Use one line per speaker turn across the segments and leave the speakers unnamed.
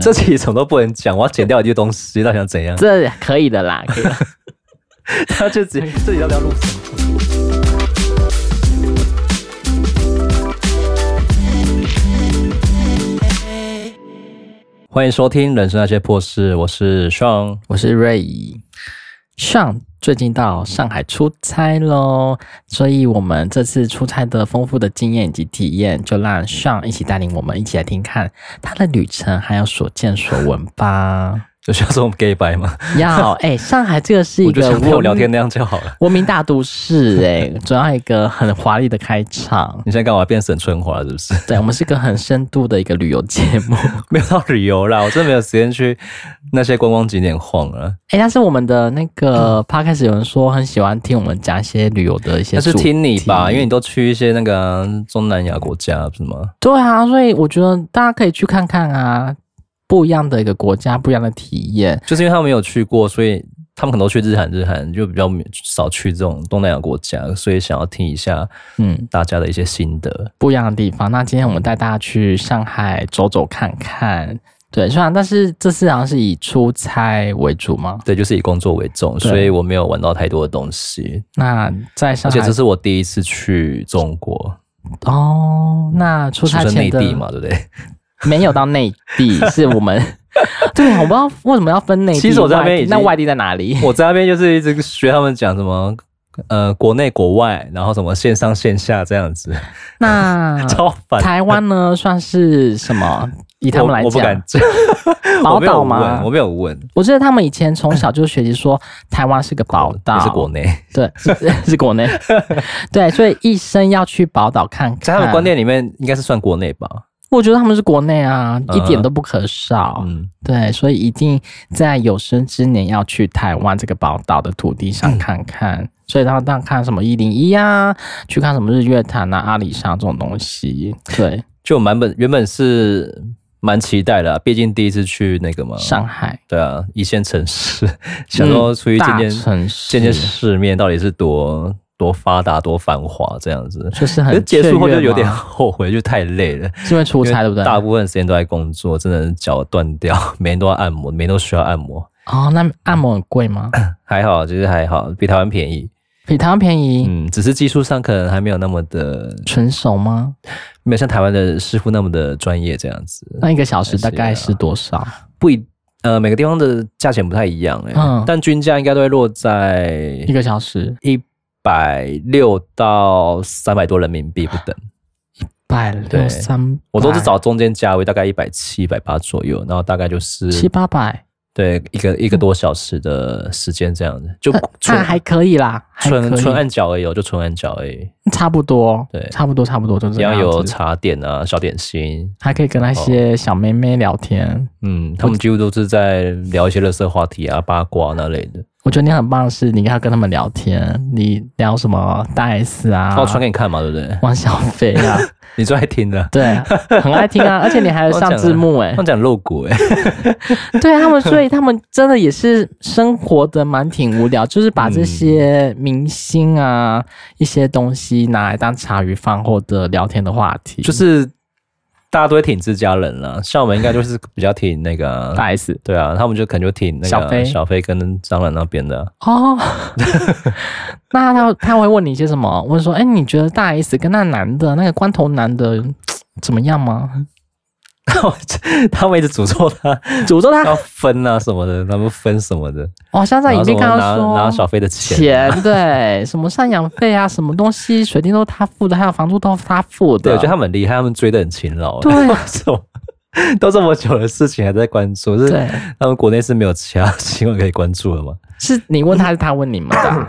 这期什么都不能讲，我要剪掉一句东西，到底想怎样？
这可以的啦，可以的。
他就直这里要不要录什么？欢迎收听《人生那些破事》，我是 Sean。
我是瑞怡。上最近到上海出差喽，所以我们这次出差的丰富的经验以及体验，就让上一起带领我们一起来听看他的旅程，还有所见所闻 吧。
就像是我们 gay 白嘛，
要哎、上海这个是一
我就
个
像跟我
文
聊天那样就好了。
文明大都市哎、总要一个很华丽的开场。
你现在干嘛变沈春华了？是不 是？
对，我们是个很深度的一个旅游节目。
没有到旅游啦，我真的没有时间去那些观光景点晃啊了。
哎、但是我们的那
嗯
个 p 开始有人说很喜欢听我们讲一些旅游的一些，
但是听你吧，因为你都去一些那个中南亚国家，不是吗？
对啊，所以我觉得大家可以去看看啊，不一样的一个国家，不一样的体验。
就是因为他们没有去过，所以他们可能都去日韩，日韩就比较少去这种东南亚国家，所以想要听一下
嗯，
大家的一些心得。
不一样的地方。那今天我们带大家去上海走走看看。对，虽然但是这次好像是以出差为主嘛。
对，就是以工作为重，
对
所以我没有玩到太多的东西，
那在上
而
海
且这是我第一次去中国，
哦，那出
出
差
身内
前的
地嘛，对不对？
没有到内地，是我们对，啊我不知道为什么要分内地。
其实我在那
外
边
地
已经
那外地在 哪里？
我在那边就是一直学他们讲什么，呃，国内国外，然后什么线上线下这样子，
嗯那
超烦。
台湾呢，算是什 么？以他
我
们来
呃我不
讲
敢，讲，
宝
我没有
岛
问，
吗
我？没有问，
我记得他们以前从小就学习说台湾是个宝岛，
也是国内。
对， 是是 国内，对，所以一生要去宝岛看看。
在他们观，念里面，应该是算国内吧？
我觉得他们是国内啊，
嗯
一点都不可少。
嗯，
对，所以一定在有生之年要去台湾这个宝岛的土地上看看。所以他们当看什么一零一啊，去看什么日月潭啊、阿里山这种东西。对，
就蛮本原本是蛮期待的啊、毕竟第一次去那个嘛，
上海
对啊，一线城市， 想说出去见
嗯大
见、
城市，
见见世面，到底是多多发达、多繁华这样子。
就是
可是
很
结束后
雀跃
就有点
嘛
后悔，就太累了。
是因为出差，对不对？
大部分时间都在工作，真的是脚断掉， 每天都要按摩，每天都需要按摩。
哦，那按摩很贵吗？
还好，其实还好，比台湾便宜。
比台湾便宜，
嗯，只是技术上可能还没有那么的，
纯熟吗？
没有像台湾的师傅那么的专业这样子。
那一个小时大概是多少？
不一呃每个地方的价钱不太一样哎、
嗯
但均价应该都会落在
一个小时
一百六到三百多人民币不等。
嗯百六
对
三，
我都是找中间价位，大概一百七、一百八左右，然后大概就是
七八百，
对一个一个多小时的时间这样子，就
嗯那
纯
那还可以啦，还
纯
可
纯
以，
按脚而已哦，就纯按脚而已，
差不多，
对
差不多，差不多就
一
这
样
样
有哦
子。
茶点啊、小点心，
还可以跟那些小妹妹聊天。
嗯，他们几乎都是在聊一些乐色话题啊、八卦那类的。
我觉得你很棒，是你要跟他们聊天，你聊什么大 S 啊
那，我传给你看嘛，对不对？
汪小菲啊，
你最爱听的，
对，很爱听 啊，而且你还有上字幕哎、
他们讲露骨哎、
对他们，所以他们真的也是生活的蛮挺无聊，就是把这些明星啊、一些东西拿来当茶余饭后的聊天的话题，
就是大家都会挺自家人啦，像我们应该就是比较挺那个啊、
大 S
对啊，他们就可能就挺那个
小飞
小飞跟张兰那边的啊，
哦。那他他会问你一些什么？问说，哎、你觉得大 S 跟那男的那个光头男的怎么样吗？
他们一直诅咒他
诅咒他，
要分啊什么的，他们分什么的，
我好像哦在
然
影
后什
片
么
看
拿
到
拿
说。
小飞的钱，
钱对，什么赡养费啊，什么东西，水电都是他付的，还有房租都是他付
对，我
的。
觉得他们很厉害，他们追的很勤劳，
对啊
为什么 都这么久的事情还在关注， 是
对，
他们国内是没有其他 新闻可以关注的吗？
是你问他，还是他问你们的？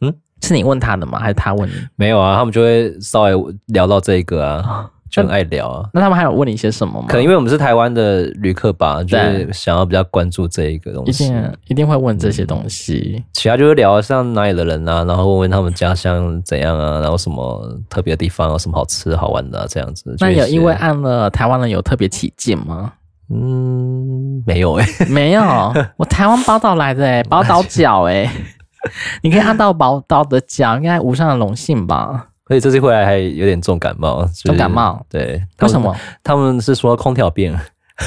嗯，
是你问他的吗？还是他问你？
没有啊，他们就会稍微聊到这个
哦
啊，就很爱聊啊。
那他们还有问你一些什么吗？
可能因为我们是台湾的旅客吧，就
对
是想要比较关注这一个东
一
西。
定一定会问这些东西。
其他就是聊像哪里的人啊，然后问问他们家乡怎样啊，然后什么特别的地方啊，什么好吃好玩的、啊、这样子。就
那有
一些
因为按了台湾人有特别起劲吗？
嗯没有哎、
没有，我台湾宝岛来的哎、宝岛脚 哎、你可以按到宝岛的脚，应该无上的荣幸吧？
所以这次回来还有点重感冒，就是
重感冒
对，他
为
们
什？么？
他们是说空调病，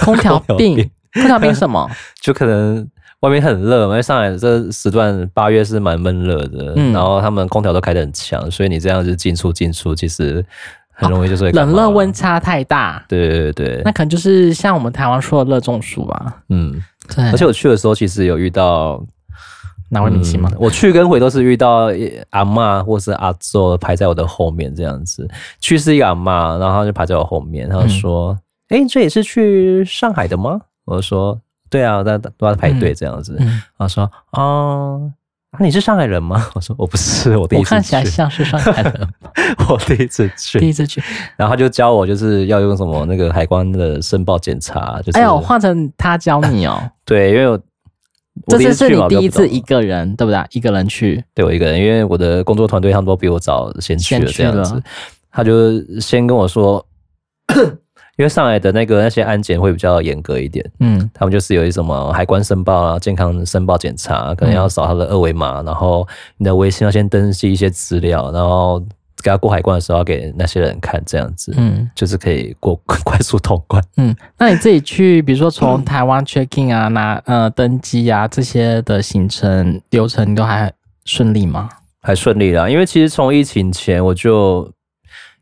空调
空调
病
病
不调冰什么？
就可能外面很热嘛，因为上海这时段八月是蛮闷热的，
嗯
然后他们空调都开得很强，所以你这样就进出进出，其实很容易就是会感
冷
冒啊
热温。差太大，
对对对
那
对，
可能就是像我们台湾说的热中暑啊。
嗯，
对，
而且我去的时候其实有遇到
哪位明星吗
嗯？ 我去跟回都是遇到一阿嬷或是阿周排在我的后面这样子。去是一个阿嬷，然后她就排在我后面，她就说：“
嗯
哎、这也是去上海的吗？”我就说：“对啊，大家都在排队这样子。
嗯，
她说：“哦、啊，你是上海人吗？” 我说：“我不是， 我第一
我
次
看起来
去，
像是上海人，
我第一次
第
去。
一次去。”
然后她就教我就是要用什么那个海关的申报检查，就是
哎呦，换成他教你哦。
对，因为我。 我
这次是
去
你
嘛我
第
就
一
不懂
次一个人，对不对？一个人去，
对我一个人，因为我的工作团队他们都比我早先去了
先去
这样
了
子，他就先跟我说， 因为上海的那个那些安检会比较严格一点，
嗯，
他们就是有一什么海关申报啊、健康申报检查，可能要扫他的二维码，然后你的微信要先登记一些资料，然后给他过海关的时候要给那些人看这样子，
嗯
就是可以过快速通关。
嗯，那你自己去，比如说从台湾 check in 啊，拿呃登机啊这些的行程流程，你都还顺利吗？
还顺利啦，因为其实从疫情前我就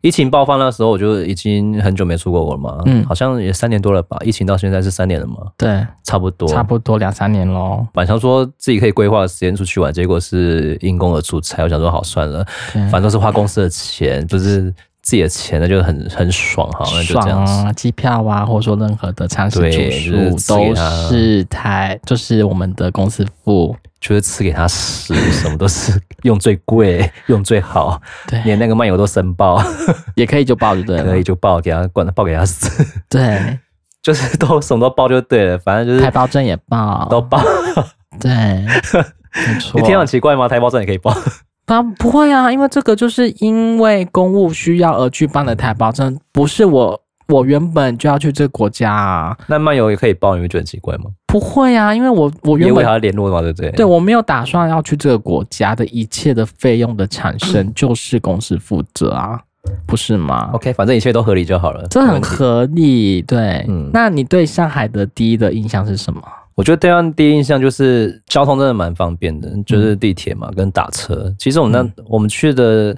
疫情爆发那时候，我就已经很久没出过国了嘛，
嗯
好像也三年多了吧，疫情到现在是三年了嘛，
对，
差不多。
差不多两三年喽。
本来想说自己可以规划时间出去玩，结果是因公而出差，我想说好算了，
对
反正都是花公司的钱，不是自己的 钱，那就很很爽，好，哦那就
爽
这样子。
啊，机票啊，或者说任何的餐食住
对就是
宿
自己
都
啊
是台，就是我们的公司付。
就是吃给他屎，什么都是用最 贵，用最好，
对，
连那个漫游都申报，
也可以就报就对了。
可以就报给他管，报给他死。
对，
就是都什么都报就对了，反正就
台
是
胞证也报。
都报。
对，没错。
你 听到很奇怪哦吗？台胞证也可以报，
啊，不会啊，因为这个就是因为公务需要而去办的台胞证，不是我我原本就要去这个国家啊，
那漫游也可以报，你会觉得很奇怪吗？
不会啊，因为我我
因
原
为
本
还要联络嘛，对不对？
对我没有打算要去这个国家的一切的费用的产 生就是公司负责啊，不是吗？
OK，反正一切都合理就好了。
这
没
很
问题
合理，对。
嗯
那你对上海的第一的印象是什么？
我觉得对方第一印象就是交通真的蛮方便的，就是地铁嘛，跟打车。其实我们那、我们去的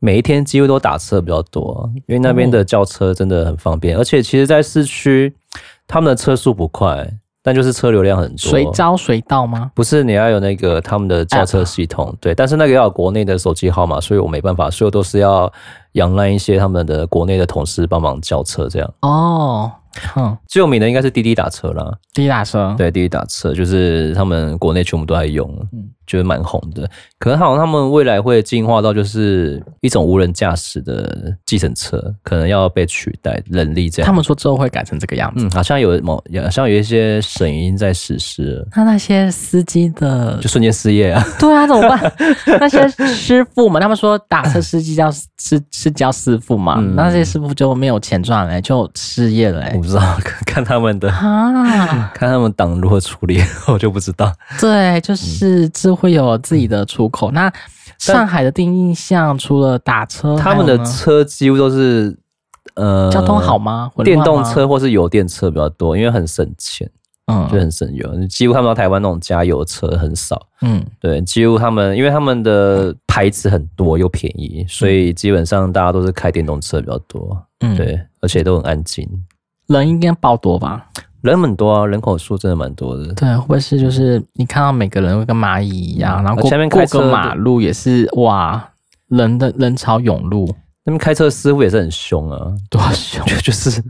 每一天几乎都打车比较多，因为那边的轿车真的很方便，而且其实，在市区他们的车速不快，但就是车流量很多。
随招随到吗？
不是你要有那个他们的轿车系
啊
统，对，但是那个要有国内的手机号码，所以我没办法，所以我都是要仰赖一些他们的国内的同事帮忙叫车这样。
哦，哼，
最有名的应该是滴滴打车啦，
滴打车，
对，滴滴打车就是他们国内全部都在用，
嗯
就是蛮红的。可能好像他们未来会进化到就是一种无人驾驶的计程车，可能要被取代人力这
他
样。
们说之后会改成这个样子。
嗯，好像有某好像有一些省已经在实施了，
那那些司机的
就瞬间失业啊。
对啊，怎么办？那些师傅们，他们说打车司机叫是是叫师傅嘛，
嗯哦
那些师傅就没有钱赚了、就失业了、
我
欸。
不知道，看看他们的
啊，
看他们党如何处理，我就不知道。
对，就是这会有自己的出
嗯
口。那上海的第一印象除了打车，
他们的
还有呢
车几乎都是呃
哦交通好，吗？混乱
电
吗
动，车或是油电车比较多，因为很省钱，就
嗯
很省油。几乎看不到台湾那种加油车很少。
嗯，
对，几乎他们因为他们的牌子很多又便宜，所以基本上大家都是开电动车比较多。
嗯
对，而且都很安静，
人应该爆多吧？
人很多啊，人口数真的蛮多的。
对，会不会是就是你看到每个人会跟蚂蚁一样，然后过
呃前面
过
开车
个
的
马路也是哇，人的人潮涌入，
那边开车师傅也是很凶啊，
多凶！
就就是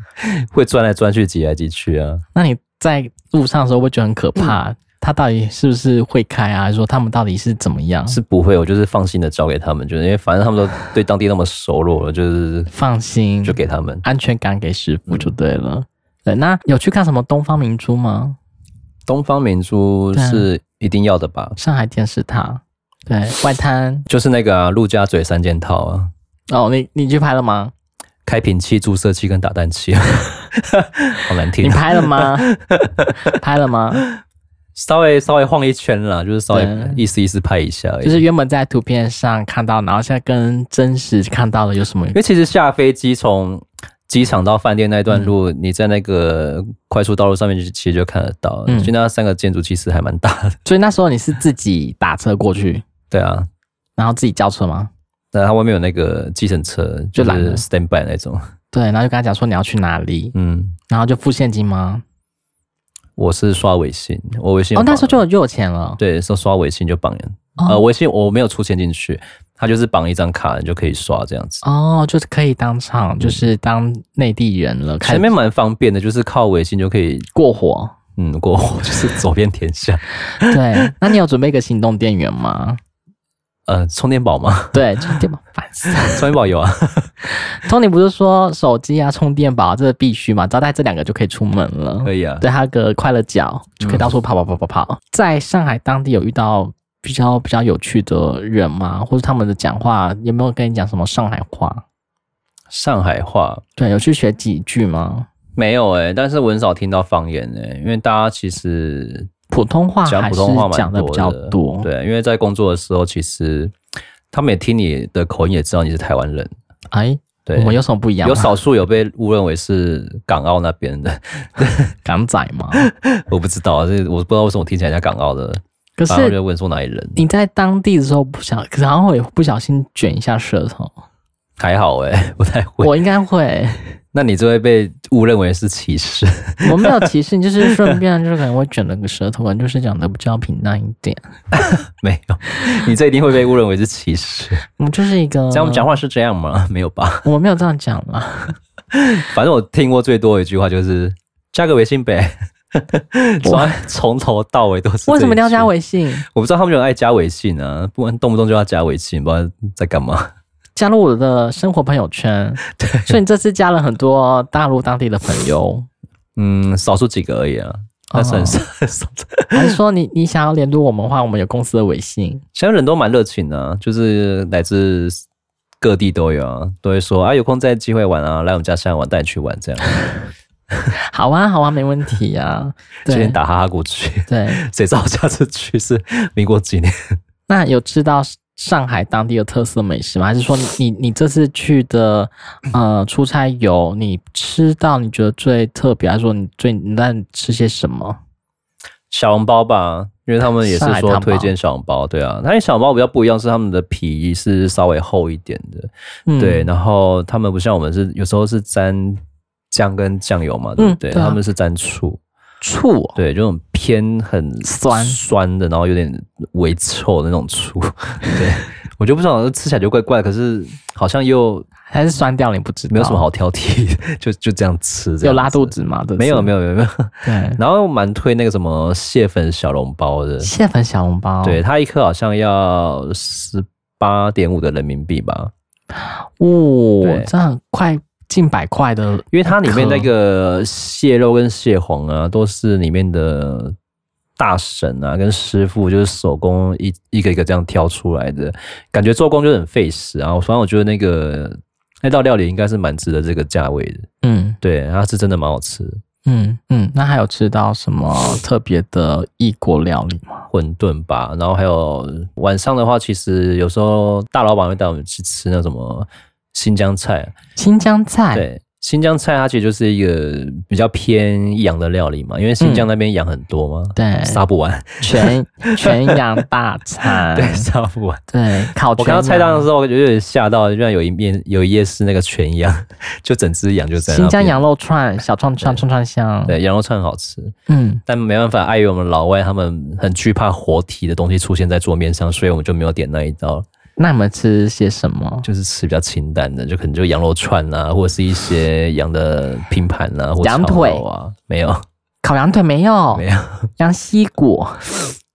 会转来转去、挤来挤去啊。
那你在路上的时候会觉得很可
嗯
怕，他到底是不是会开啊？还是说他们到底是怎么样？
是不会，我就是放心的交给他们，就是因为反正他们都对当地那么熟络了，就是
放心，
就给嗯他们。
安全感给师傅就对了。对，那有去看什么东方明珠吗？
东方明珠
啊
是一定要的吧？
上海电视塔，对外滩
就是那个啊陆、家嘴三件套啊，
哦，你你去拍了吗？
开瓶器、注射器跟打蛋器，啊 好难
你
听。
拍了 吗？拍了吗？
稍微稍微晃一圈啦，就是稍微
对啊
意思意思拍一下而已。
就是原本在图片上看到，然后现在跟真实看到的有什么
因？为其实下飞机从机场到饭店那段
嗯
路，你在那个快速道路上面就其实就看得到，
嗯
所以那三个建筑其实还蛮大的。
所以那时候你是自己打车过去，
对啊，
然后自己叫车吗？
那它外面有那个计程车，
就
就
懒
是
了
stand by 那种。
对，然后就跟他讲说你要去哪里，
嗯，
然后就付现金吗？
我是刷微信，我微信有
哦，那时
绑
候
啊
就有就有钱了。
对，是刷微信就绑人。
哦
呃，微信我没有出钱进去，它就是绑一张卡，你就可以刷这样子。
哦，就是可以当场，就是当内地人了，
前
开
面蛮方嗯便的，就是靠微信就可以，
过火。
嗯，过火 就是走遍天下。
对，那你有准备一个行动电源吗？
呃，充电宝吗？
对，充电宝，烦死了。
充电宝有啊。
Tony 不是说手机啊、充电宝这是必须嘛？只要带这两个就可以出门了。
可以啊
哦对，还有个快乐脚，就可以到
嗯
处跑跑跑跑跑。在上海当地有遇到比较比较有趣的人吗？或者他们的讲话有没有跟你讲什么上海话？
上海话
对，有去学几句吗？
没有哎、但是我很少听到方言哎、因为大家其实
普通话
讲
啊还
普
是
通话蛮
讲的比较
的
多。
对，因为在工作的时候，其实他们也听你的口音，也知道你是台湾人。
哎，
对，
我们有什么啊不一样
有
吗？
少数有被误认为是港澳那边的，
港仔吗？
我不知道啊，这我不知道为什么我听起来像港澳的，
可
然后
是
啊就问说哪里人，
你在当地的时候不小，可是然后也不小心卷一下舌头，
还好哎、不太会。
我应 该会。
那你就会被误认为是歧视。
我没有歧视，你就是顺便就是可能我卷了个舌头，可能就是讲的比较平淡一点。
没有，你这一定会被误认为是歧视。
我就是一个，
这样我们讲话是这样吗？没有吧？
我没有这样讲啦。
反正我听过最多的一句话就是加个微信呗。 从从头到尾都是 这
为什么
一
你要
句
加？微信？
我不知道他们有人爱加微信啊，不然动不动就要加微信，不知道在干嘛。
加入我的生活朋 友圈，所以你这次加了很多大陆当地的朋 友，
嗯，少数几个而已啊，
哦
但是很少。很少
还是说你你想要联络我们的话，我们有公司的微信，
现在人都蛮热情的、啊，就是来自各地都有啊，都会说啊，有空再机会玩啊，来我们家山玩，带你去玩这样。
好啊，好啊，没问题啊。
今天
对
打哈哈过去，
对，
谁知道下次去是民国几年？
那有吃到上海当地的特色美食吗？还是说你你你这次去的呃出差游，你吃到你觉得最特别，还是说你最你在吃些什么？
小笼包吧，因为他们也是
上海
说
汤包
推荐小笼包，对啊，但是小笼包比较不一样，是他们的皮是稍微厚一点的，
嗯
对，，然后他们不像我们是有时候是沾酱跟酱油嘛，对不
嗯
对？
对啊
他们是沾醋，
醋哦
对，这种偏很
酸
酸的，然后有点微臭的那种醋。 对，我就不知道吃起来就怪怪，可是好像又
还是酸掉，你不知道，
没有什么好挑剔， 就就这样吃这样
有拉肚
子。
子吗？
没有没
有，
有没有没有，
对，
然后蛮推那个什么蟹粉小笼包的，
蟹粉小笼包，
对，它一颗好像要十八点五的人民币吧，
哦
对，
这样快近百块的，
因为它里面那
颗
个蟹肉跟蟹黄啊，都是里面的大神啊跟师傅，就是手工一一个一个这样挑出来的，感觉做工就很费时啊。反正我觉得那个那道料理应该是蛮值得这个价位的，
嗯
对，它是真的蛮好吃的。
嗯嗯。那还有吃到什么特别的异国料理吗？
馄饨吧，然后还有晚上的话，其实有时候大老板会带我们去吃那什么新疆菜，啊
新疆菜，
对，新疆菜它其实就是一个比较偏羊的料理嘛，因为新疆那边羊很多嘛，
对
杀不 完，
全全羊大 餐，
对，杀不 完。
对，烤
我
全
看到菜单的
羊。
时候，我就有点吓到，居然有一面有一页是那个全羊， 就整只羊就在那边
新疆羊肉串、小串串、串串香，，
对羊肉串很好吃，
嗯，
但没办法，碍于我们老外他们很惧怕活体的东西出现在桌面上，所以我们就没有点那一道，
那你们吃些什么？
就是吃比较清淡的，就可能就羊肉串啊，或者是一些羊的拼盘啊，或
羊
炒
腿哦
肉啊，没有
烤羊腿没有？
没有，
羊膝骨，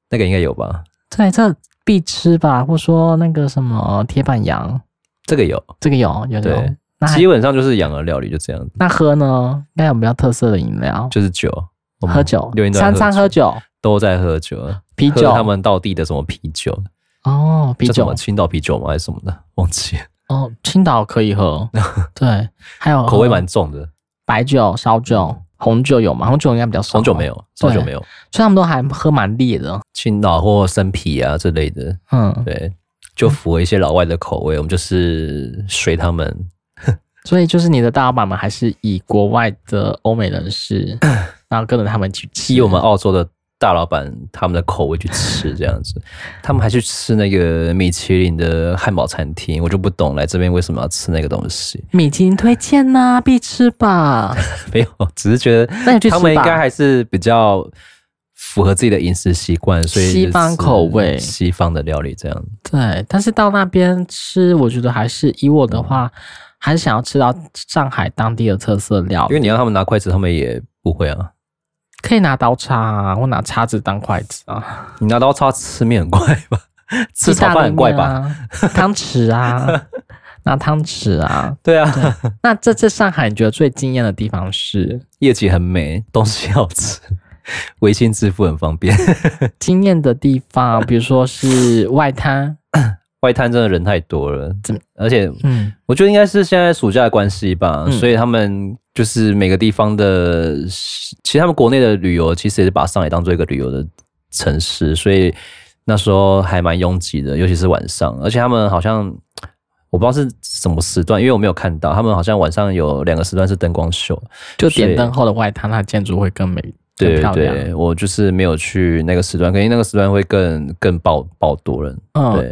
那个应该有吧？
对，这必吃吧，或说那个什么铁板羊，
这个有，
这个有有有
对。
那还
基本上就是羊的料理，就这样，
那喝呢？应该有比较特色的饮料，
就是酒，我们
喝酒
六，天都在
三餐喝酒，
都在喝酒，
啤
喝
酒，
他们到地的什么啤酒，
哦，啤
叫什
酒
么，青岛啤酒吗？还是什么的， 忘记了，
哦，青岛可以 喝，对，还有
口味
喝
蛮重的，
白酒、烧酒、红酒有吗？红酒应该比较少，
红酒没，有，烧酒没有，
所以他们都还喝蛮烈的。
青岛或生啤啊之类的，
嗯，
对，就符合一些老外的口味，我们就是随他们，
所以就是你的大老板们还是以国外的欧美人 士，然后跟着他们去吃
以我们澳洲的大老板他们的口味去吃这样 子，他们还去吃那个米其林的汉堡餐厅，我就不懂来这边为什么要吃那个东西。
米其林推荐呐、必吃 吧。
没有，只是觉得
那你去吃吧
他们应该还是比较符合自己的饮食习惯，所以就是
西方口味
西方的料理这样。
对，但是到那边吃，我觉得还是以我的话，还是想要吃到上海当地的特色料
因
理，
为你让他们拿筷子，他们也不会啊。
可以拿刀叉啊，或拿叉子当筷子 啊，
你拿刀叉吃面很怪吧？吃炒饭很怪吧？
意大利面啊？汤匙 啊，拿汤匙啊。
对啊，
那这次上海，你觉得最惊艳的地方是？
夜景很美，东西好吃，微信支付很方便。
惊艳的地方，比如说是外滩，
外滩真的人太多了
怎么，
而且
嗯，
我觉得应该是现在暑假的关系吧，
嗯
所以他们就是每个地方的，其实他们国内的旅游其实也是把上海当做一个旅游的城市，所以那时候还蛮拥挤的，尤其是晚上，而且他们好像我不知道是什么时段，因为我没有看到，他们好像晚上有两个时段是灯光秀，
就
所以
点灯后的外滩，它建筑会更美，更
对
漂亮。
对，我就是没有去那个时段，肯定那个时段会更更爆爆多人，
嗯，
对，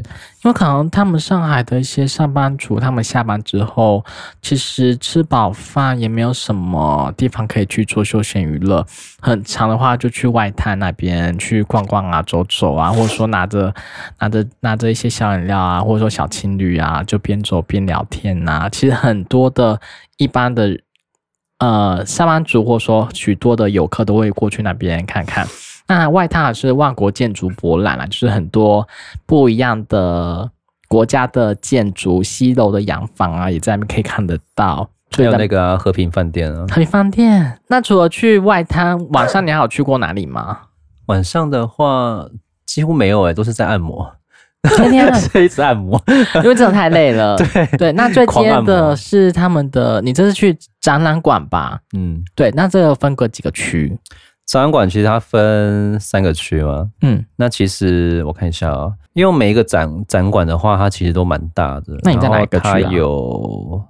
因为可能他们上海的一些上班族，他们下班之后，其实吃饱饭也没有什么地方可以去做休闲娱乐。很长的话，就去外滩那边去逛逛啊、走走啊，或者说拿着拿着拿着一些小饮料啊，或者说小情侣啊，就边走边聊天呐、其实很多的一般的呃上班族，或者说许多的游客都会过去那边看看。那外滩还是万国建筑博览啦，就是很多不一样的国家的建筑，西楼的洋房啊，也在那边可以看得到。
还
对
有
的，
那个、啊、和平饭店啊，
很方便。那除了去外滩，晚上你还有去过哪里 吗？
晚上的话几乎没有哎、都是在按摩，
天天啊，
一直按摩。
因为真的太累了。 对那最
狂
贴
按
的
摩
是他们的，你这是去展览馆吧？
嗯，
对，那这个分隔几个区？
展览馆其实它分三个区嘛。
嗯，
那其实我看一下啊、因为每一个展展馆的话，它其实都蛮大的。
那你在哪一个区啊
然后它有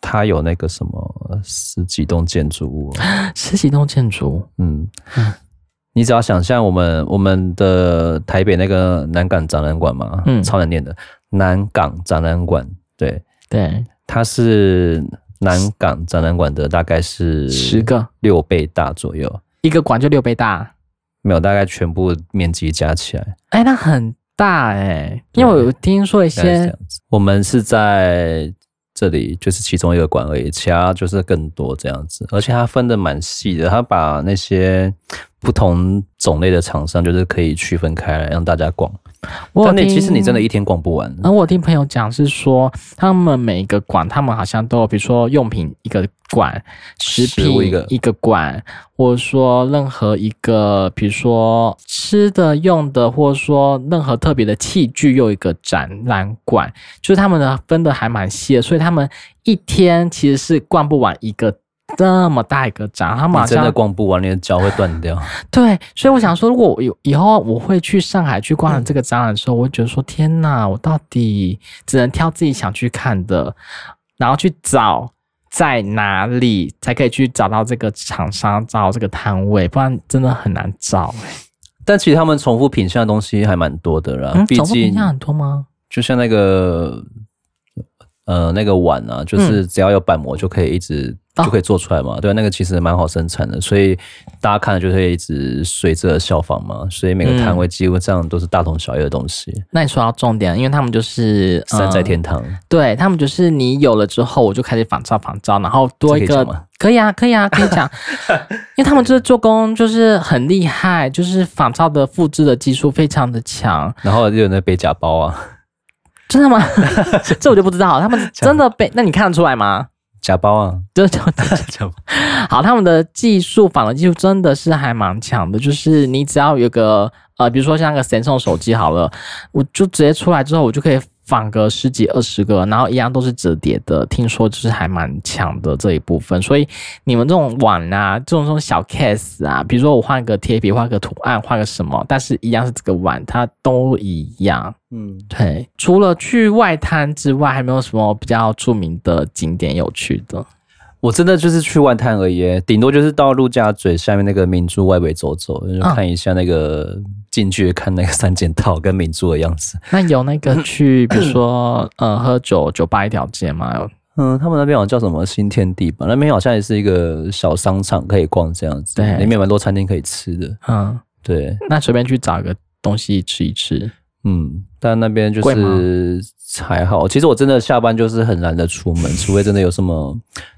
它有那个什么十几栋建筑物哦、
十几栋建筑，
嗯，你只要想象我们我们的台北那个南港展览馆嘛，
嗯
超难念的南港展览馆，对，
对，
它是南港展览馆的大概是
十个，
六倍大左右，
一个馆就六倍大。
没有，大概全部面积加起来
哎，那很大哎、因为我有听说一
大概是这
些
样子。我们是在这里，就是其中一个馆而已，其他就是更多这样子。而且它分的蛮细的，它把那些不同种类的厂商，就是可以区分开来让大家逛。
我有
但那其实
听哦
你真的一天逛不完。
然后我听朋友讲是说，他们每一个馆，他们好像都有，比如说用品一个馆，食
食
品
物一个
一个馆，或者说任何一个，比如说吃的、用的，或者说任何特别的器具又一个展览馆，就是他们的分的还蛮细的，所以他们一天其实是逛不完一个。这么大一个展，他们好
你真
像
的逛不完，你的脚会断 掉。
对，所以我想说，如果我有以后我会去上海去逛这个展览的时候，我会觉得说，天哪，我到底只能挑自己想去看的，然后去找在哪里才可以去找到这个厂商，找这个摊位，不然真的很难找、欸。
但其实他们重复品相的东西还蛮多的啦
嗯，，
毕
总共
竟
品相很多吗？
就像那个呃那个碗啊，就是只要有板模就可以一直、
嗯哦
就可以做出来嘛，对，啊那个其实蛮好生产的，所以大家看了就会一直随着效仿嘛，所以每个
嗯
摊位基本上都是大同小异的东西，
那你说到重点，因为他们就是
山寨、
呃
天堂。
对他们就是你有了之后，我就开始仿照仿照，然后多一
这可
个
以讲吗
可以啊，可以啊，可以讲，因为他们这做工就是很厉害，就是仿照的复制的技术非常的强，
然后就有那背假包啊，
真的吗？ 这我就不知道，他们真的被那你看得出来吗？
假包 啊，
就就
假包。
好，他们的技术仿的技术真的是还蛮强的，就是你只要有个呃，比如说像那个 Samsung 手机好了，我就直接出来之后，我就可以访个十几二十个，然后一样都是折叠的，听说就是还蛮强的这一部分。所以你们这种碗啊，这种这种小 case 啊，比如说我画个贴笔，画个图案，画个什么，但是一样是这个碗，它都一样。
嗯，
对，除了去外滩之外，还没有什么比较著名的景点有趣的。
我真的就是去外滩而已耶，顶多就是到陆家嘴下面那个明珠外围走走，就
啊
看一下那个进去看那个三件套跟明珠的样子。
那有那个去，比如说呃喝酒酒吧一条街吗？有
嗯，他们那边好像叫什么新天地吧，那边好像也是一个小商场可以逛这样子，
对
里面有蛮多餐厅可以吃的。
嗯，
对，
那随便去找个东西吃一吃。
嗯，但那边就
贵
是还好。其实我真的下班就是很懒得出门，除非真的有什么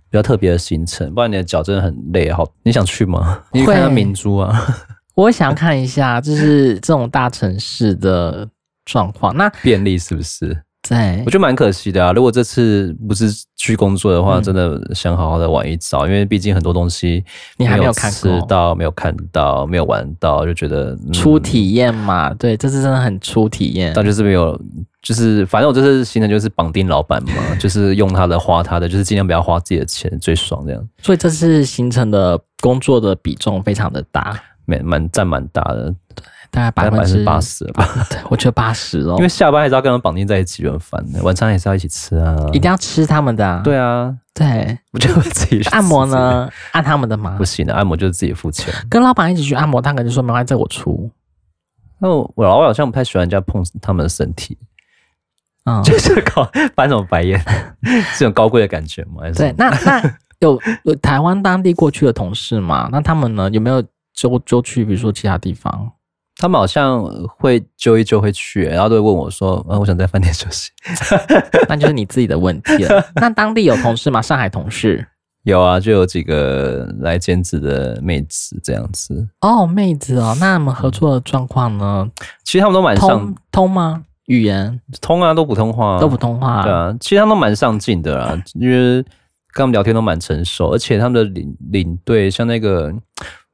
比较特别的行程，不然你的脚真的很累。好，你想去吗？你去看看明珠啊，
我想看一下，就是这种大城市的状况。那
便利是不是？
在
我觉得蛮可惜的啊。如果这次不是去工作的话，
嗯
真的想好好的玩一遭，因为毕竟很多东西
你还没
没
有看过
吃到，没有看到，没有玩到，就觉得、嗯、
初体验嘛，对，这次真的很初体验。
但就是没有，就是反正我这次行程就是绑定老板 嘛，就是用他的花他的，就是尽量不要花自己的钱，最爽这样，
所以这次行程的工作的比重非常的大，
蛮蛮占蛮大的，
大
大
概百
概
分
百分
之
之八，十吧。
对我觉得八十哦，
因为下班还是要跟他们绑定在一起，就很烦的。晚餐也是要一起吃啊，
一定要吃他们的、啊。
对啊，
对，
我就会 自己去吃
按摩？呢，按他们的嘛
不。行的，按摩就是自己付钱。
跟老板一起去按摩，他可能就说没关系，这我出。
那我我老板好像不太喜欢人家碰他们的身体，
嗯，
就是搞翻什么白眼，这种高贵的感觉嘛。还是
对，那 那有有台湾当地过去的同事嘛？那他们呢有没有就就去，比如说其他地 方？
他们好像会揪一揪会去，然后都会问我说：“嗯、我想在饭店休息。”
那就是你自己的问题了。那当地有同事吗？上海同事
有啊，就有几个来兼职的妹子这样子，
哦，妹子哦，那我们合作的状况呢？
其实他们都蛮上
通通吗？语言
通啊，都普通话、啊，
都普通话，
对啊，其实他们都蛮上进的啦，因为跟他们聊天都蛮成熟，而且他们的领领队像那个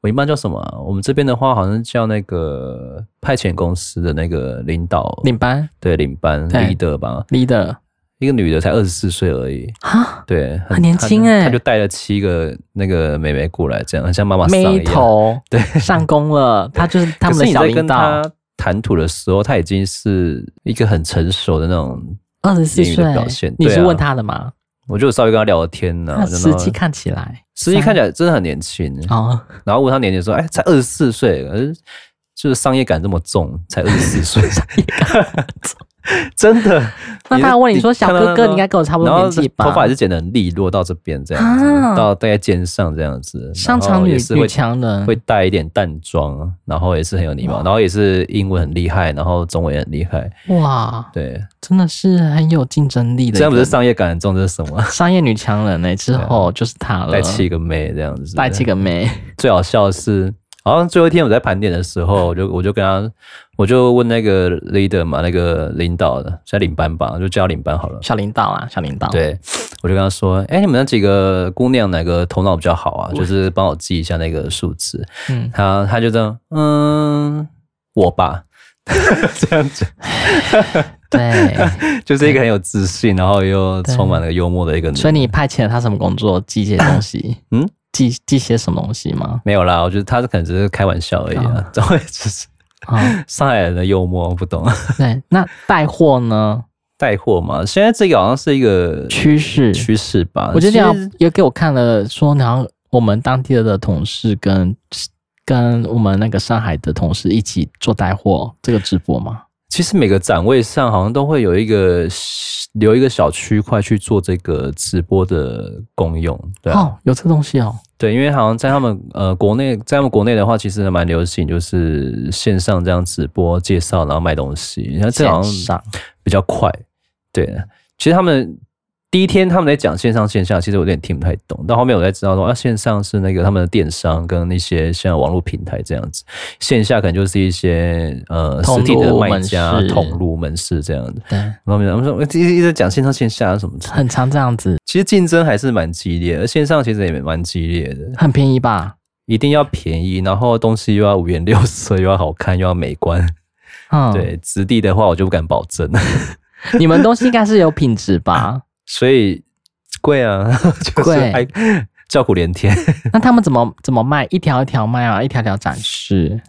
我一般叫什么啊、我们这边的话好像叫那个派遣公司的那个领导，
领班
对领班
对
leader 吧，
leader
一个女的才二十四岁而已，
啊，
对，
很年轻欸
她就带了七个那个妹妹过来，这样很像妈妈桑一
妹
样。
头对上工了，他就是 他
可是
们的
你
小
在
领
跟
导
他，谈吐的时候，他已经是一个很成熟的那种。
二十四
言语的
岁
表现，
你
对
是
啊
问他的吗？
我就稍微跟他聊天呢、
那
啊，
司机看起来
实际看起来真的很年轻。
哦，
然后问他年纪说：“哎，才二十四岁，可是就是商业感这么重，才二十四 岁，真的。”
那他问你说：“小
看到
哥
那
哥，你应该跟我差不多年纪吧？”
然后头发也是剪得很利落，到这边这样子，
啊
到大概肩上这样子。
上场
然后
女
也是
女
会
强哦人
会带一点淡妆，然后也是很有礼貌，然后也是英文很厉害，然后中文也很厉害，
哇，
对，
真的是很有竞争力的一个。
这样不是商业感很重，这是什么？
商业女强人呢、欸之后就是她了，
带七个妹这样子，
带七个妹，
最好笑的是，好像最后一天我在盘点的时候，我就我就跟他，我就问那个 leader 嘛，那个领导的，在领班吧，就叫他领班好了。
小领导啊，小领导。，
对，我就跟他说，哎、你们那几个姑娘哪个头脑比较好啊？就是帮我记一下那个数字。
嗯，
他他就这样，嗯，我吧， 这样子，
对，
就是一个很有自信，然后又充满了幽默的一个女。
所以你派遣了她什么工作？寄一些东西？
嗯，
寄寄些什么东西吗？
没有啦，我觉得他可能只是开玩笑而已啊， 怎么会只是
啊、
上海人的幽默？我不懂。
对， 那带货呢？
带货嘛，现在这个好像是一个
趋势，
趋势吧。
我觉得
其实
有给我看了说，然后我们当地的同事跟跟我们那个上海的同事一起做带货这个直播嘛。
其实每个展位上好像都会有一个留一个小区块去做这个直播的功用，对啊、
哦，有这个东西哦。
对，因为好像在他们呃国内，在他们国内的话，其实还蛮流行，就是线上这样直播介绍，然后卖东西，然后这好
线
像
上
比较快。对，其实他们第一天他们在讲线上线下，其实我有点听不太懂，到后面我才知道说啊，线上是那个他们的电商跟那些像网络平台这样子，线下可能就是一些呃
通
实
路
体的卖家
门市
通路门市这样的。
对，
然后他们说我一直一直讲线上线下什么的，
很常这样子，
其实竞争还是蛮激烈，而线上其实也蛮激烈的。
很便宜吧？
一定要便宜，然后东西又要五颜六色，又要好看，又要美观。
嗯，
对，质地的话我就不敢保证。
你们东西应该是有品质 吧？
所以贵啊， 就是
贵
还叫苦连天。
那他们怎么怎么卖？一条一条卖啊，一条条展示。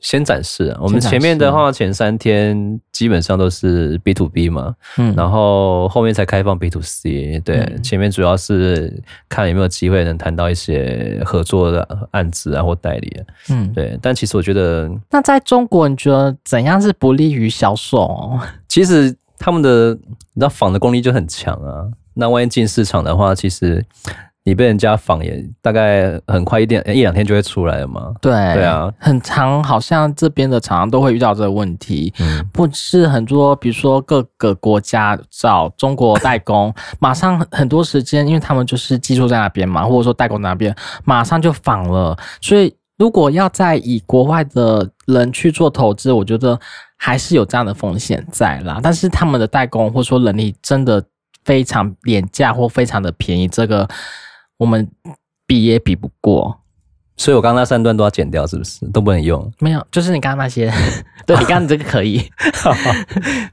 先展示啊，我们
先展示
前面的话，前三天基本上都是 B to B 嘛，
嗯，
然后后面才开放 B to C。对，
嗯
前面主要是看有没有机会能谈到一些合作的案子啊或代理、啊。
嗯，
对，但其实我觉得，
那在中国，你觉得怎样是不利于销售？哦
其实他们的你知道仿的功力就很强啊。那万一进市场的话，其实你被人家仿也大概很快一点一两天就会出来了嘛。
对，
对啊，
很常好像这边的厂商都会遇到这个问题，
嗯
不是很多，比如说各个国家找中国代 工，马上很多时间，因为他们就是技术在那边嘛，或者说代工在那边，马上就仿了。所以如果要在以国外的人去做投资，我觉得还是有这样的风险在啦。但是他们的代工或者说人力真的非常廉价或非常的便宜，这个我们比也比不过。
所以我刚刚那三段都要剪掉，是不是都不能用？
没有，就是你刚刚 那些，对你刚刚你这个可以，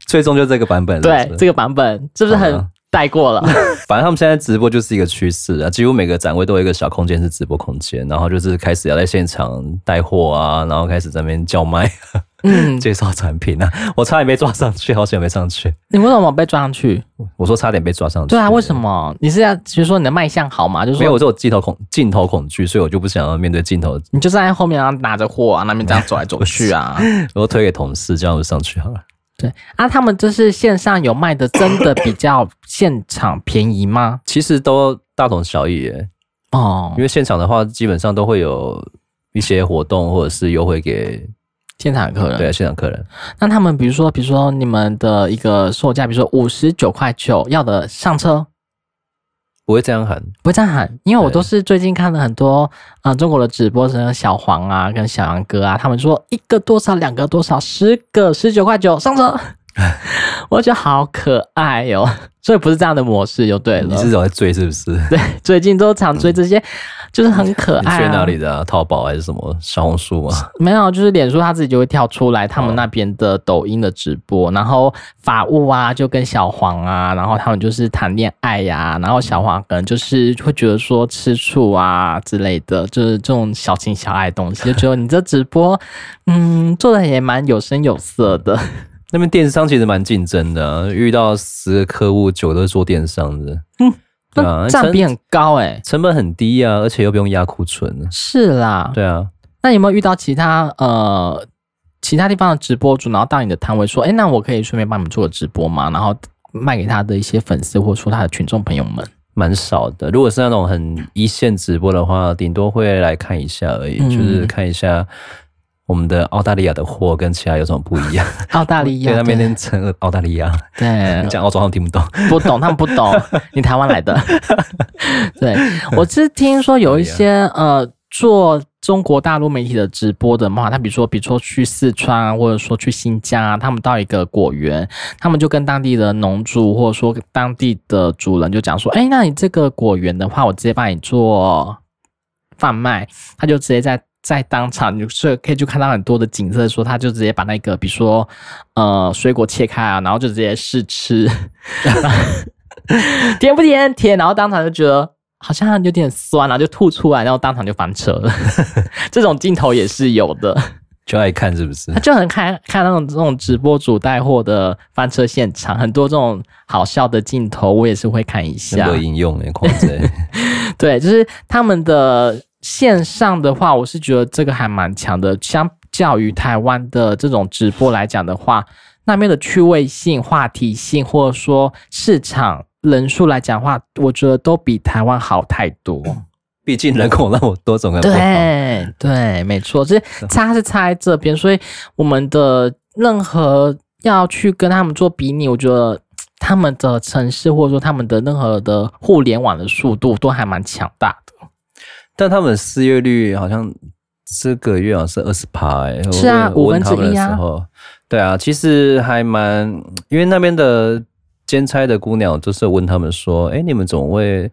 最终就这个版本了是
对
不是
这个版本是不是
好
很
啊
带过了？
反正他们现在直播就是一个趋势啊，几乎每个展位都有一个小空间是直播空间，然后就是开始要在现场带货啊，然后开始在那边叫卖、
嗯，
介绍产品啊。我差点被抓上去，好险没上去。
你为什么被抓上去？
我说差点被抓上去，
对啊，为什？么？你是要比如说你的卖相好嘛？就是
没有，
说
我这种镜头恐镜头恐惧，所以我就不想要面对镜头，
你就站在后面，然后拿着货啊，那边这样走来走去啊。
我推给同事，这样我就上去好了。
对啊，他们就是线上有卖的，真的比较现场便宜吗？
其实都大同小异耶，
哦
因，为现场的话，基本上都会有一些活动或者是优惠给
现场客人。
对啊现场客人。
那他们比如说，比如说你们的一个售价，比如说五十九块九，要的上车，
不会这样喊，
不会这样喊，因为我
对
都是最近看了很多啊、呃中国的直播，像小黄啊跟小杨哥啊，他们说一个多少，两个多少，十个十九块九 上车，我觉得好可爱哟、 所以不是这样的模式就对
你
了。
是在追是不 是？
对，最近都常追这些，就是很可
你
爱、啊。
去哪里？的、啊？淘宝还是什么小红书吗？
没有，就是脸书他自己就会跳出来他们那边的抖音的直播，然后法务啊就跟小黄啊，然后他们就是谈恋爱呀、然后小黄可能就是会觉得说吃醋啊之类的，就是这种小情小爱的东西，就觉得你这直播，嗯，做的也蛮有声有色 的，
那边电商其实蛮竞争的啊、遇到十个客户，九个都是做电商的，对啊
那占比很高哎、
成本很低啊，而且又不用压库存。啊
是啦，
对啊，
那有没有遇到其他呃其他地方的直播主，然后到你的摊位说，哎，那我可以顺便帮你们做个直播吗？然后卖给他的一些粉丝或者说他的群众朋友 们，
蛮少的。如果是那种很一线直播的话，顶多会来看一下而已，
嗯
就是看一下我们的澳大利亚的货跟其他有什么不一 样。
澳大利亚
对，他
对
每天称澳大利 亚，
对
你讲澳洲他们听不懂。
不懂，他们不懂，你台湾来的。对，我是听说有一些呃做中国大陆媒体的直播的嘛，他比如说比如说去四川啊，或者说去新疆啊，他们到一个果园，他们就跟当地的农主或者说当地的主人就讲说，哎，那你这个果园的话，我直接帮你做贩卖，他就直接在。在当场，你就是可以就看到很多的景色，说他就直接把那个，比如说，呃，水果切开啊，然后就直接试吃， 甜不甜？甜，然后当场就觉得好像有点酸，啊然后就吐出来，然后当场就翻车了。 这种镜头也是有的，
就爱看是不是
他？就很看看那种这种直播主带货的翻车现场，很多这种好笑的镜头，我也是会看一下
乐。应用哎，狂贼。
对，就是他们的线上的话，我是觉得这个还蛮强的，相较于台湾的这种直播来讲的话，那边的趣味性、话题性，或者说市场人数来讲的话，我觉得都比台湾好太多。
毕竟人口那么多，总要
对对，没错，就是差是差在这边，所以我们的呃任何要去跟他们做比拟，我觉得他们的城市或者说他们的任何的互联网的速度都还蛮强大的。
但他们失业率好像这个月好像是二十趴，欸我
是啊
问我问
五
他
分之
们的
一啊
时候，对啊，其实还蛮，因为那边的兼差的姑娘就是问他们说，哎、你们总会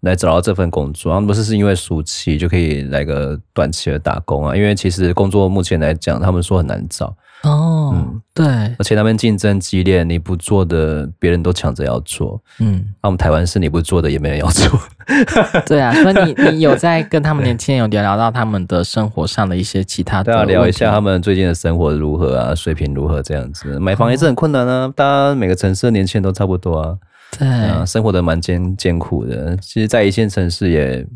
来找到这份工作，啊他们不是是因为暑期就可以来个短期的打工啊，因为其实工作目前来讲，他们说很难找，
哦，
嗯
对，
而且那边竞争激烈，你不做的别人都抢着要做，
嗯，
那我们台湾是你不做的也没人要做，
对啊，所以你你有在跟他们年轻人有聊聊到他们的生活上的一些 其他的
大家啊聊一下他
问题
们最近的生活如何啊，水平如何这样子，买房也是很困难啊，大家每个城市的年轻人都差不多啊，啊，
对
生活的蛮艰艰苦的。其实，在一线城市也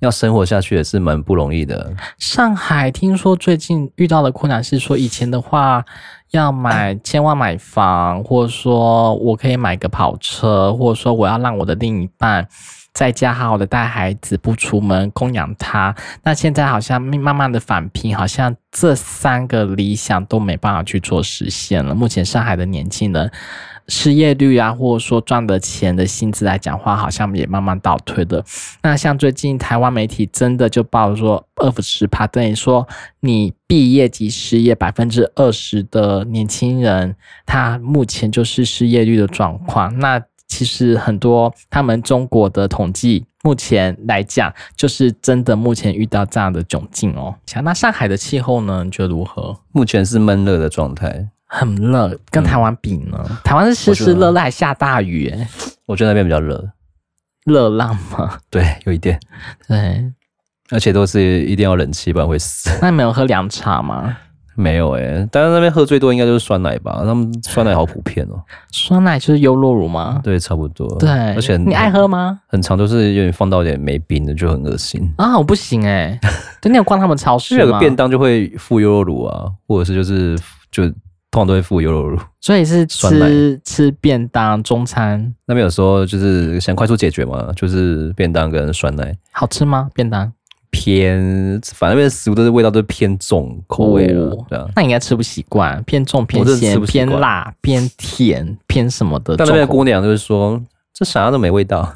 要生活下去也是蛮不容易的。
上海听说最近遇到的困难是说以前的话要买千万买房，或者说我可以买个跑车，或者说我要让我的另一半。在家好好的带孩子，不出门供养他。那现在好像慢慢的返贫，好像这三个理想都没办法去做实现了。目前上海的年轻人失业率啊，或者说赚的钱的薪资来讲话，好像也慢慢倒退的。那像最近台湾媒体真的就报说二十趴，等于说你毕业及失业百分之二十的年轻人，他目前就是失业率的状况。那其实很多他们中国的统计，目前来讲就是真的目前遇到这样的窘境哦。想那上海的气候呢，你觉得如何？
目前是闷热的状态，
很热，跟台湾比呢？台湾是湿湿热热，还下大雨、欸，
我觉得那边比较热，
热浪吗？
对，有一点，
对，
而且都是一定要冷气，不然会死。
那你们有喝凉茶吗？
没有诶、但是那边喝最多应该就是酸奶吧？他们酸奶好普遍哦、
酸奶就是优酪乳吗？
对，差不多。
对，
嗯而且
你爱喝吗？
很长，都是有点放到一点没冰的就很恶心。
啊，我不行 哎、对，你有逛他们超
就
市
是有
吗
欸个？便当就会附优酪乳啊，或者是就是就通常都会附优酪乳。
所以是
酸奶
吃吃便当中餐，
那边有时候就是想快速解决嘛，就是便当跟酸奶
好吃吗？便当？
偏，反正那边的食物都是味道都是偏重口味了，
哦
对啊。
那你应该吃不习惯，偏重、偏
我真的吃
咸、
不习
偏
惯
辣、偏甜、偏什么的。
但那边的
重口
姑娘就是说，这啥都没味 道，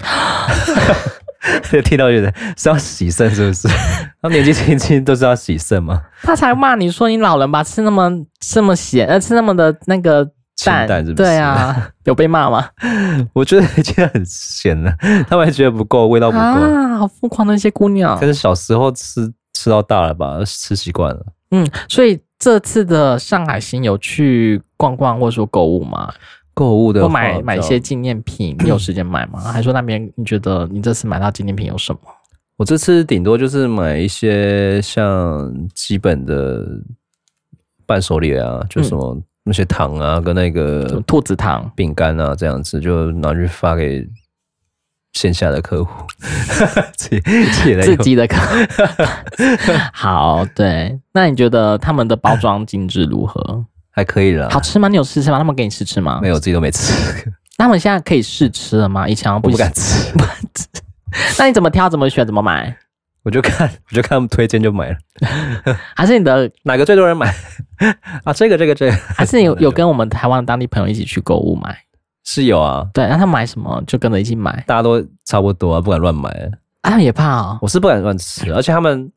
就听到觉得是要洗肾是不 是？他们年纪轻轻都是要洗肾吗？
他才骂你说你老人吧，吃那么这么咸，呃，吃那么的那个
清
蛋，
淡是不是？
对，啊，有被骂吗？
我觉得已经很咸了，他们还觉得不够，味道不够。
啊，好疯狂的一些姑娘
但。是小时候吃吃到大了吧，吃习惯了。
嗯，所以这次的上海行有去逛逛或者说购物吗？
购物的
或
话啊
买买一
比较
些纪念品，你有时间买吗？ 还说那边你觉得你这次买到纪念品有什么？
我这次顶多就是买一些像基本的伴手礼啊，就什么那些糖啊，跟那
嗯什么
个，
兔子糖
饼干啊，这样子就拿去发给线下的客 户，自己自己来
自
用。
己的歌。 好，对，那你觉得他们的包装精致 如何？
还可以啦
好，吃吗？你有试吃吗？他们给你试吃吗？
没有自己都没吃，
那他们现在可以试吃了吗？以前好像
我
不
不
行
敢。吃，
那你怎么挑？怎么选？怎么买？
我就看我就看他们推荐就买了，
还是 你的？
哪个最多人买啊？这个这个这个
还是你有有跟我们台湾当地朋友一起去购物买？
是有啊，
对，那他买什么就跟着一起买。
大家都差不多啊，不敢乱买。
啊，他们也怕哦。
我是不敢乱吃，而且他们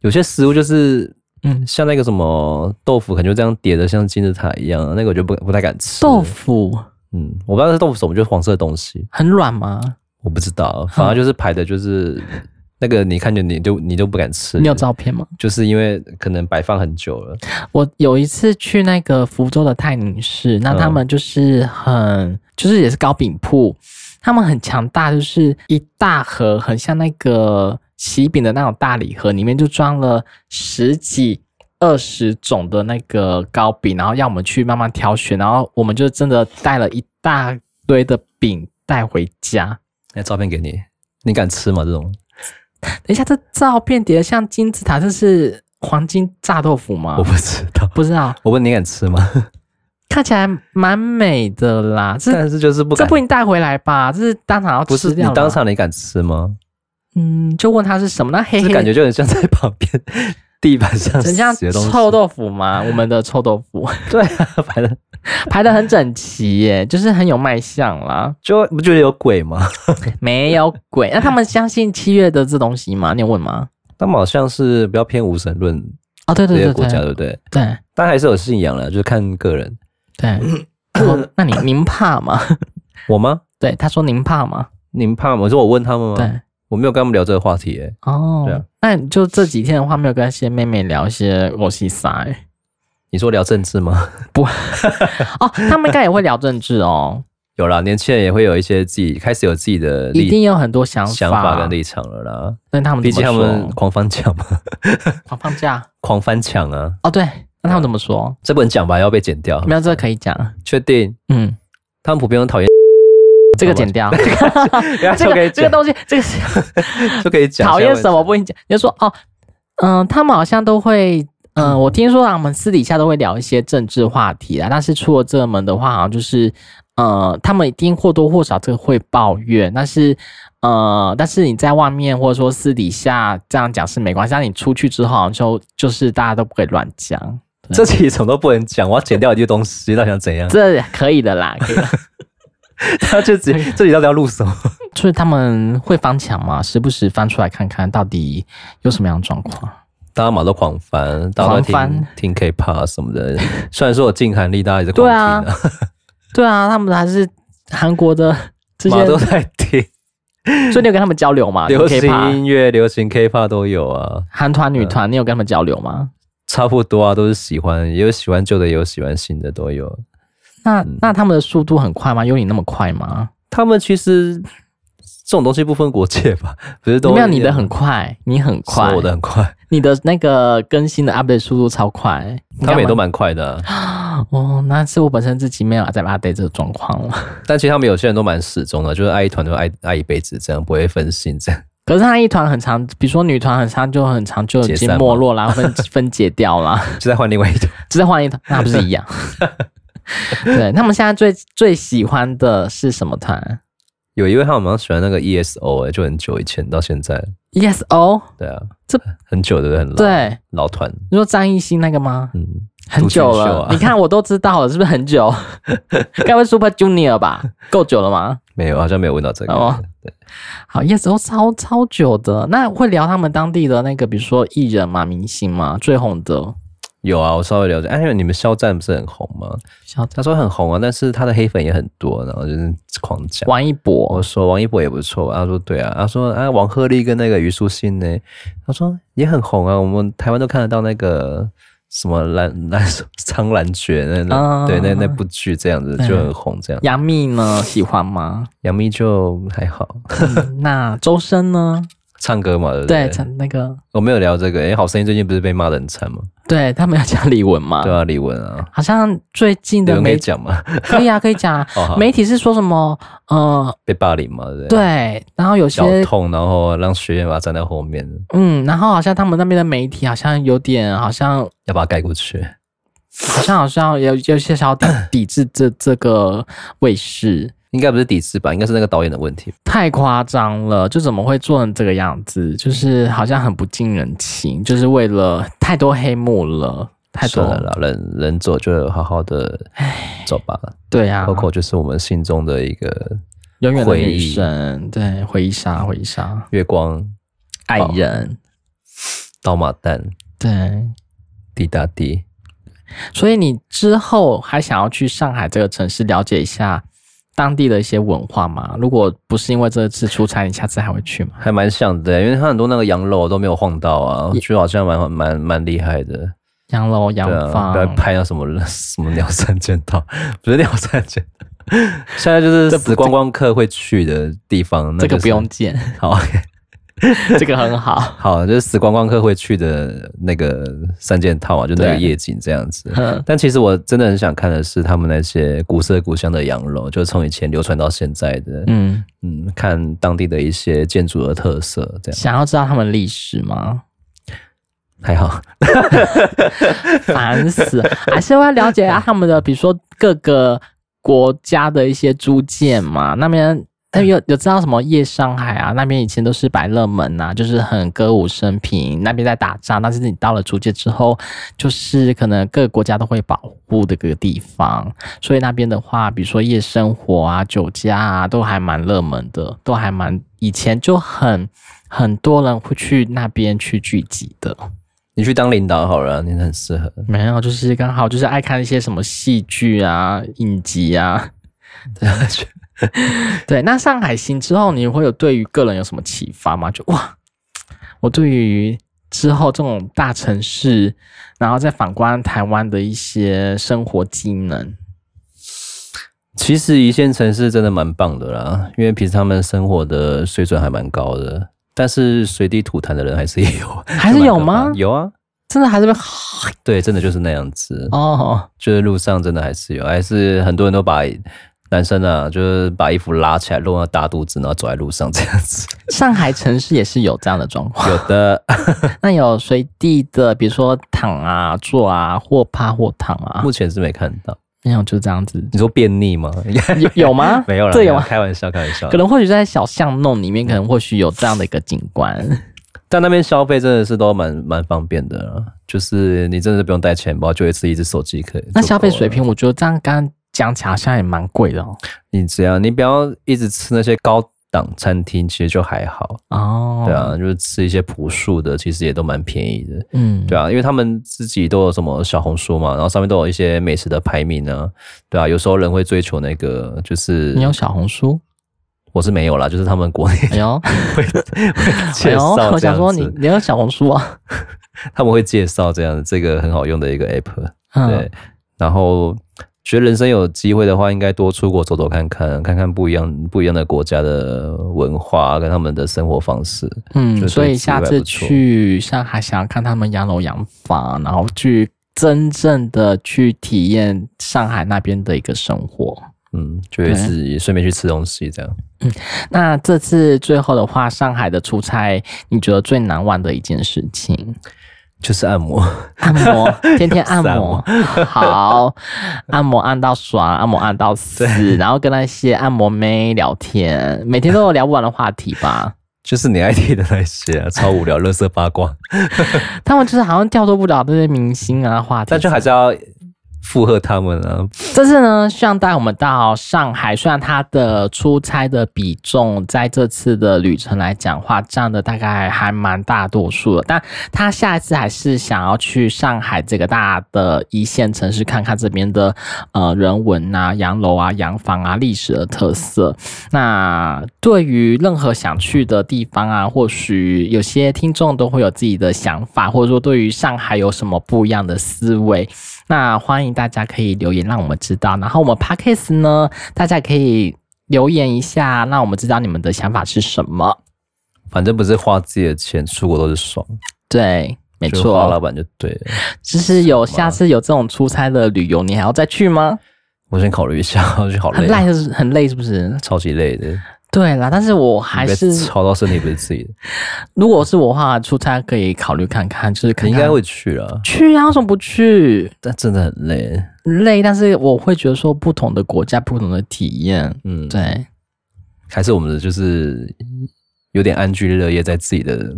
有些食物就是，
嗯
嗯，像那个什么豆腐，可能就这样叠的，像金字塔一样，那个我就不不太敢吃。
豆，腐
嗯，我不知道是豆腐什么，就是黄色的东西，
很软吗？
我不知
嗯
道，反正就是排的，就是那个你看见你就你就不敢吃，
你有照片吗？
就是因为可能摆放很久了，
我有一次去那个福州的泰宁市，那他们就是很，就是也是糕饼铺，他们很强大，就是一大盒，很像那个喜饼的那种大礼盒，里面就装了十几。二十种的那个糕饼，然后让我们去慢慢挑选，然后我们就真的带了一大堆的饼带回家。
那照片给你，你敢吃吗？这种
等一下，这照片叠的像金字塔，这是黄金炸豆腐吗
我？不知道。
不知道，
我问你敢吃吗？
看起来蛮美的啦，这
但是就是不
这
敢
不，应带回来吧？这是当场要
不是
吃
你
掉了
当场你敢吃吗？
嗯，就问他是什么，那黑
这
黑
感觉就很像在旁边 地板上
很像
写的东西
臭豆 腐嘛，我们的臭豆腐
对啊， 反正
排的很整齐耶，就是很有卖相啦，
就不觉得有鬼吗？
没有鬼。那他们相信七月的这东西吗？你有问吗？
他们好像是比较偏无神论
哦，对
这
对
些
对
国家，
对
对不对？
对
但还是有信仰了，就是看个人。
哦对。然后那你您怕吗？
我吗？
对，他说您怕吗？
你们怕吗？我说我问他们吗？
对，
我没有跟他们聊这个话题、欸，
哦，
嗯对啊
那你就这几天的话，没有跟一些妹妹聊一些我西塞
你说聊政治吗？
哦，他们应该也会聊政治 哦，
有啦，年轻人也会有一些自己开始有自己的
一定
立
有很多想法，
想法跟立场了啦。
那他们
毕
怎
竟
么
他
说
们狂翻墙嘛，
狂放假
狂翻墙啊，
哦，对，那他们怎么说？
这不能讲吧？要被剪掉？
没有这个可以讲，
确定？
嗯，
他们普遍都讨厌，
这个剪 掉， 这
就可以
个这个
讲，
东西，这个是
就可以讲。
讨厌
现
什
在
么不跟你讲？你就说哦，嗯、他们好像都会，嗯、我听说他们私底下都会聊一些政治话题啊啦，但是出了这门的话，好像就是，呃，他们一定或多或少这个会抱怨，但是，呃，但是你在外面或者说私底下这样讲是没关系，但你出去之后，好像就就是大家都不可以乱 讲，
这期什么都不能讲，我要剪掉一堆东西，到底想怎样？
这可以的啦，可以的。
他就直接这里到底要录什么？
所以他们会翻墙嘛，时不时翻出来看看到底有什么样的状况。
大家嘛都狂翻，大家都
狂
听
翻
听 K-pop 什么的。虽然说有禁韩力，大家也是狂
对
听
啊，对啊，他们还是韩国的这些
嘛，都在听，
所以你有跟他们交流吗？
流
啊 K-pop
行音乐、流行 K-pop 都有啊，
韩团、女团，你有跟他们交流吗？
差不多啊，都是喜欢，也有喜欢旧的，也有喜欢新的，都有。嗯
那那他们的速度很快吗？有你那么快吗？
他们其实这种东西不分国界吧， 不是都
没有，你的很快，你很快，
是我的很快，
你的那个更新的 update 速度超快，
他们也都蛮快的啊、
哦。那是我本身自己没有在 update 这个状况了。但
但其实他们有些人都蛮始终的，就是爱一团就爱爱一辈子，这样不会分心这样。
可是他一团很长，比如说女团很长，就很长就已
解
经
散吗
没落啦， 分分解掉啦。
就再换另外一种。
只是换一团，那不是一 样？对他们现在最最喜欢的是什么团
有一位他好像喜欢那个 ESO，哎、就很久以前到现在，
？Yes E O，
对啊，
这
很久的很老
对，
老团，
你说张艺兴那个吗？
嗯，
很久
独
了，
秀啊
你看我都知道了，是不是很 久？该不会 Super Junior 吧？够久了吗？
没有，好像没有问到这个。
哦
对，
好，Yes O 超超久的。那会聊他们当地的那个，比如说艺人嘛、明星嘛，最红的
有啊，我稍微了解。哎、因为你们肖战不是很红吗？
小
他说很红啊，但是他的黑粉也很多，然后就是狂讲。
王一博
我，说王一博也不错吧，他说对啊，他说啊王鹤棣跟那个虞书欣呢，他说也很红啊，我们台湾都看得到那个什么蓝 蓝苍兰诀那那、
啊
对那那部剧这样子就很红这样，
杨幂呢喜欢吗？
杨幂就还好，
嗯那周深呢？
唱歌嘛，对不
对，
对？
陈那个，
我没有聊这个，哎、好声音最近不是被骂的很惨吗？
对他们要讲李玟嘛？
对啊，李玟啊，
好像最近
李
的
玟可以
媒
讲 吗？
可以啊，可以讲啊。
哦，好
媒体是说什么？呃，
被霸凌嘛，对不对？啊
对，然后有
脚
些，
痛，然后让学员把他站在后面，
嗯，然后好像他们那边的媒体好像有点，好像
要把他盖过去。
好像好像有有些想要抵抵制这这个卫视，
应该不是抵制吧，应该是那个导演的问题。
太夸张了，就怎么会做成这个样子？就是好像很不近人情，就是为了太多黑幕了，太多
算了啦，人人走就好好的走吧。
对啊，
Coco 就是我们心中的一个
永远的
回
女
忆
神，对，回忆杀，回忆杀，
月光
爱
好
人，
刀马旦
对。
滴答滴。
所以你之后还想要去上海这个城市了解一下当地的一些文化吗？如果不是因为这次出差，你下次还会去吗？
还蛮像的、因为他很多那个洋楼都没有晃到啊，我觉得好像蛮蛮蛮厉害的。
洋楼、洋
对啊，
房，
不要拍那什么 什么鸟山尖道，不是鸟山 尖道，现在就是死观光客会去的地方。那
这个
就是
不用 见，
好，
这个 很好。
好，就是死观光客会去的那个三件套啊，就那个
对
夜景这样 子。
嗯
但其实我真的很想看的是他们那些古色古香的洋楼，就是从以前流传到现在的，
嗯，
嗯，看当地的一些建筑的特色，这样
想要知道他们历史吗？
还好。
烦死 了，还是要了解一下他们的，比如说各个国家的一些租界嘛，那边。那有有知道什么夜上海啊？那边以前都是百乐门呐、就是很歌舞升平，那边在打仗。但是你到了租界之后，就是可能各个国家都会保护的各个地方，所以那边的话，比如说夜生活啊、酒家啊，都还蛮热门的，都还蛮以前就很很多人会去那边去聚集的。
你去当领导好了啊，你很适合。
没有，就是刚好就是爱看一些什么戏剧啊、影集啊， 对，那上海行之后，你会有对于个人有什么启发吗？就哇，我对于之后这种大城市，然后再反观台湾的一些生活技能，
其实一线城市真的蛮棒的啦，因为平常他们生活的水准还蛮高的，但是随地吐痰的人还是有，
还是有吗
蛮可怕的有啊，
真的还是被
对，真的就是那样子，
哦，
就是路上真的还是有，还是很多人都把男生啊，就是把衣服拉起来露到大肚子，然后走在路上这样子，
上海城市也是有这样的状况。
有的。
那有随地的，比如说躺啊、坐啊，或趴或躺啊，
目前是没看到。
没有就这样子，
你说便秘吗？？
有有吗
没有啦，
这有
没
吗？
开玩笑，开玩笑
啊可。能或许在小巷弄里面，可能或许有这样的一个景 观。
但那边消费真的是都蛮蛮方便的啦，就是你真的不用带钱包，就一次一只手机可以。
那
就够
消费
了
水，平，我觉得这样刚刚讲起来好像也蛮贵的哦。
你只要你不要一直吃那些高档餐厅，其实就还好。
哦，
对，啊，就是吃一些朴素的，其实也都蛮便宜的。
嗯，
对啊，因为他们自己都有什么小红书嘛，然后上面都有一些美食的排名啊，对啊，有时候人会追求那个，就是
你有小红书？
我是没有啦，就是他们国内
哎 呦，哎
介
呦，
绍这样子，
我想说你你有小红书啊？
他们会介绍这样这个很好用的一个 app，
嗯
对，，然后觉得人生有机会的话，应该多出国走走看看，看看不一样不一样的国家的文化跟他们的生活方式。觉
嗯，
得
所
这
以
个
下
机会还
次
不错
去上海，想要看他们养老养法，然后去真正的去体验上海那边的一个生活。
嗯，就
对
是自己顺便去吃东西这样。
那这次最后的话，上海的出差，你觉得最难忘的一件事情？
就是按摩，
按摩，天天按
散
摩，好，按摩按到爽，按摩按到死，然后跟那些按摩妹聊天，每天都有聊不完的话题吧。
就是你爱听的那些、啊，超无聊，乐色八卦，
他们就是好像跳脱不了这些明星啊话题，
但就还是要附和他们啊。
这次呢，像带我们到上海，虽然它的出差的比重在这次的旅程来讲话占的大概还蛮大多数的，但他下一次还是想要去上海这个大的一线城市看看这边的呃人文啊、洋楼啊、洋房啊、历史的特色。那对于任何想去的地方啊，或许有些听众都会有自己的想法，或者说对于上海有什么不一样的思维。那欢迎大家可以留言让我们知道。然后我们 podcast 呢，大家可以留言一下，让我们知道你们的想法是什么。
反正不是花自己的钱，出国都是爽，
对，没
就是花老
错。
板就对了。
就是有下次有这种出差的旅游，你还要再去吗？
我先考虑一下， 我就好
很
累，啊
累，是很累，是不是？
超级累的，
对啦，但是我还
你被
是，
操到身体不是 自己的，
如果是我的话，出差可以考虑看看，就是看
你应
看
该会去啦，
去啊，为什么不去？
但真的很累。
累，但是我会觉得说不同的国家，不同的体验，
嗯，
对，
还是我们的就是有点安居乐业在自己的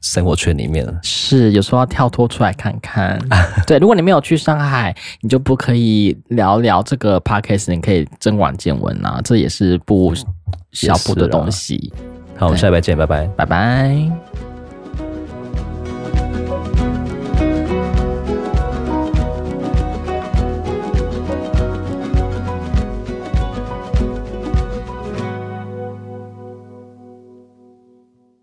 生活圈里面了。
是，有时候要跳脱出来看 看。对，如果你没有去上海，你就不可以聊聊这个 podcast，你可以增广见闻啊，这也是不小
也是
步的
啦
东西。
好，我们下礼拜见，拜拜。
拜拜。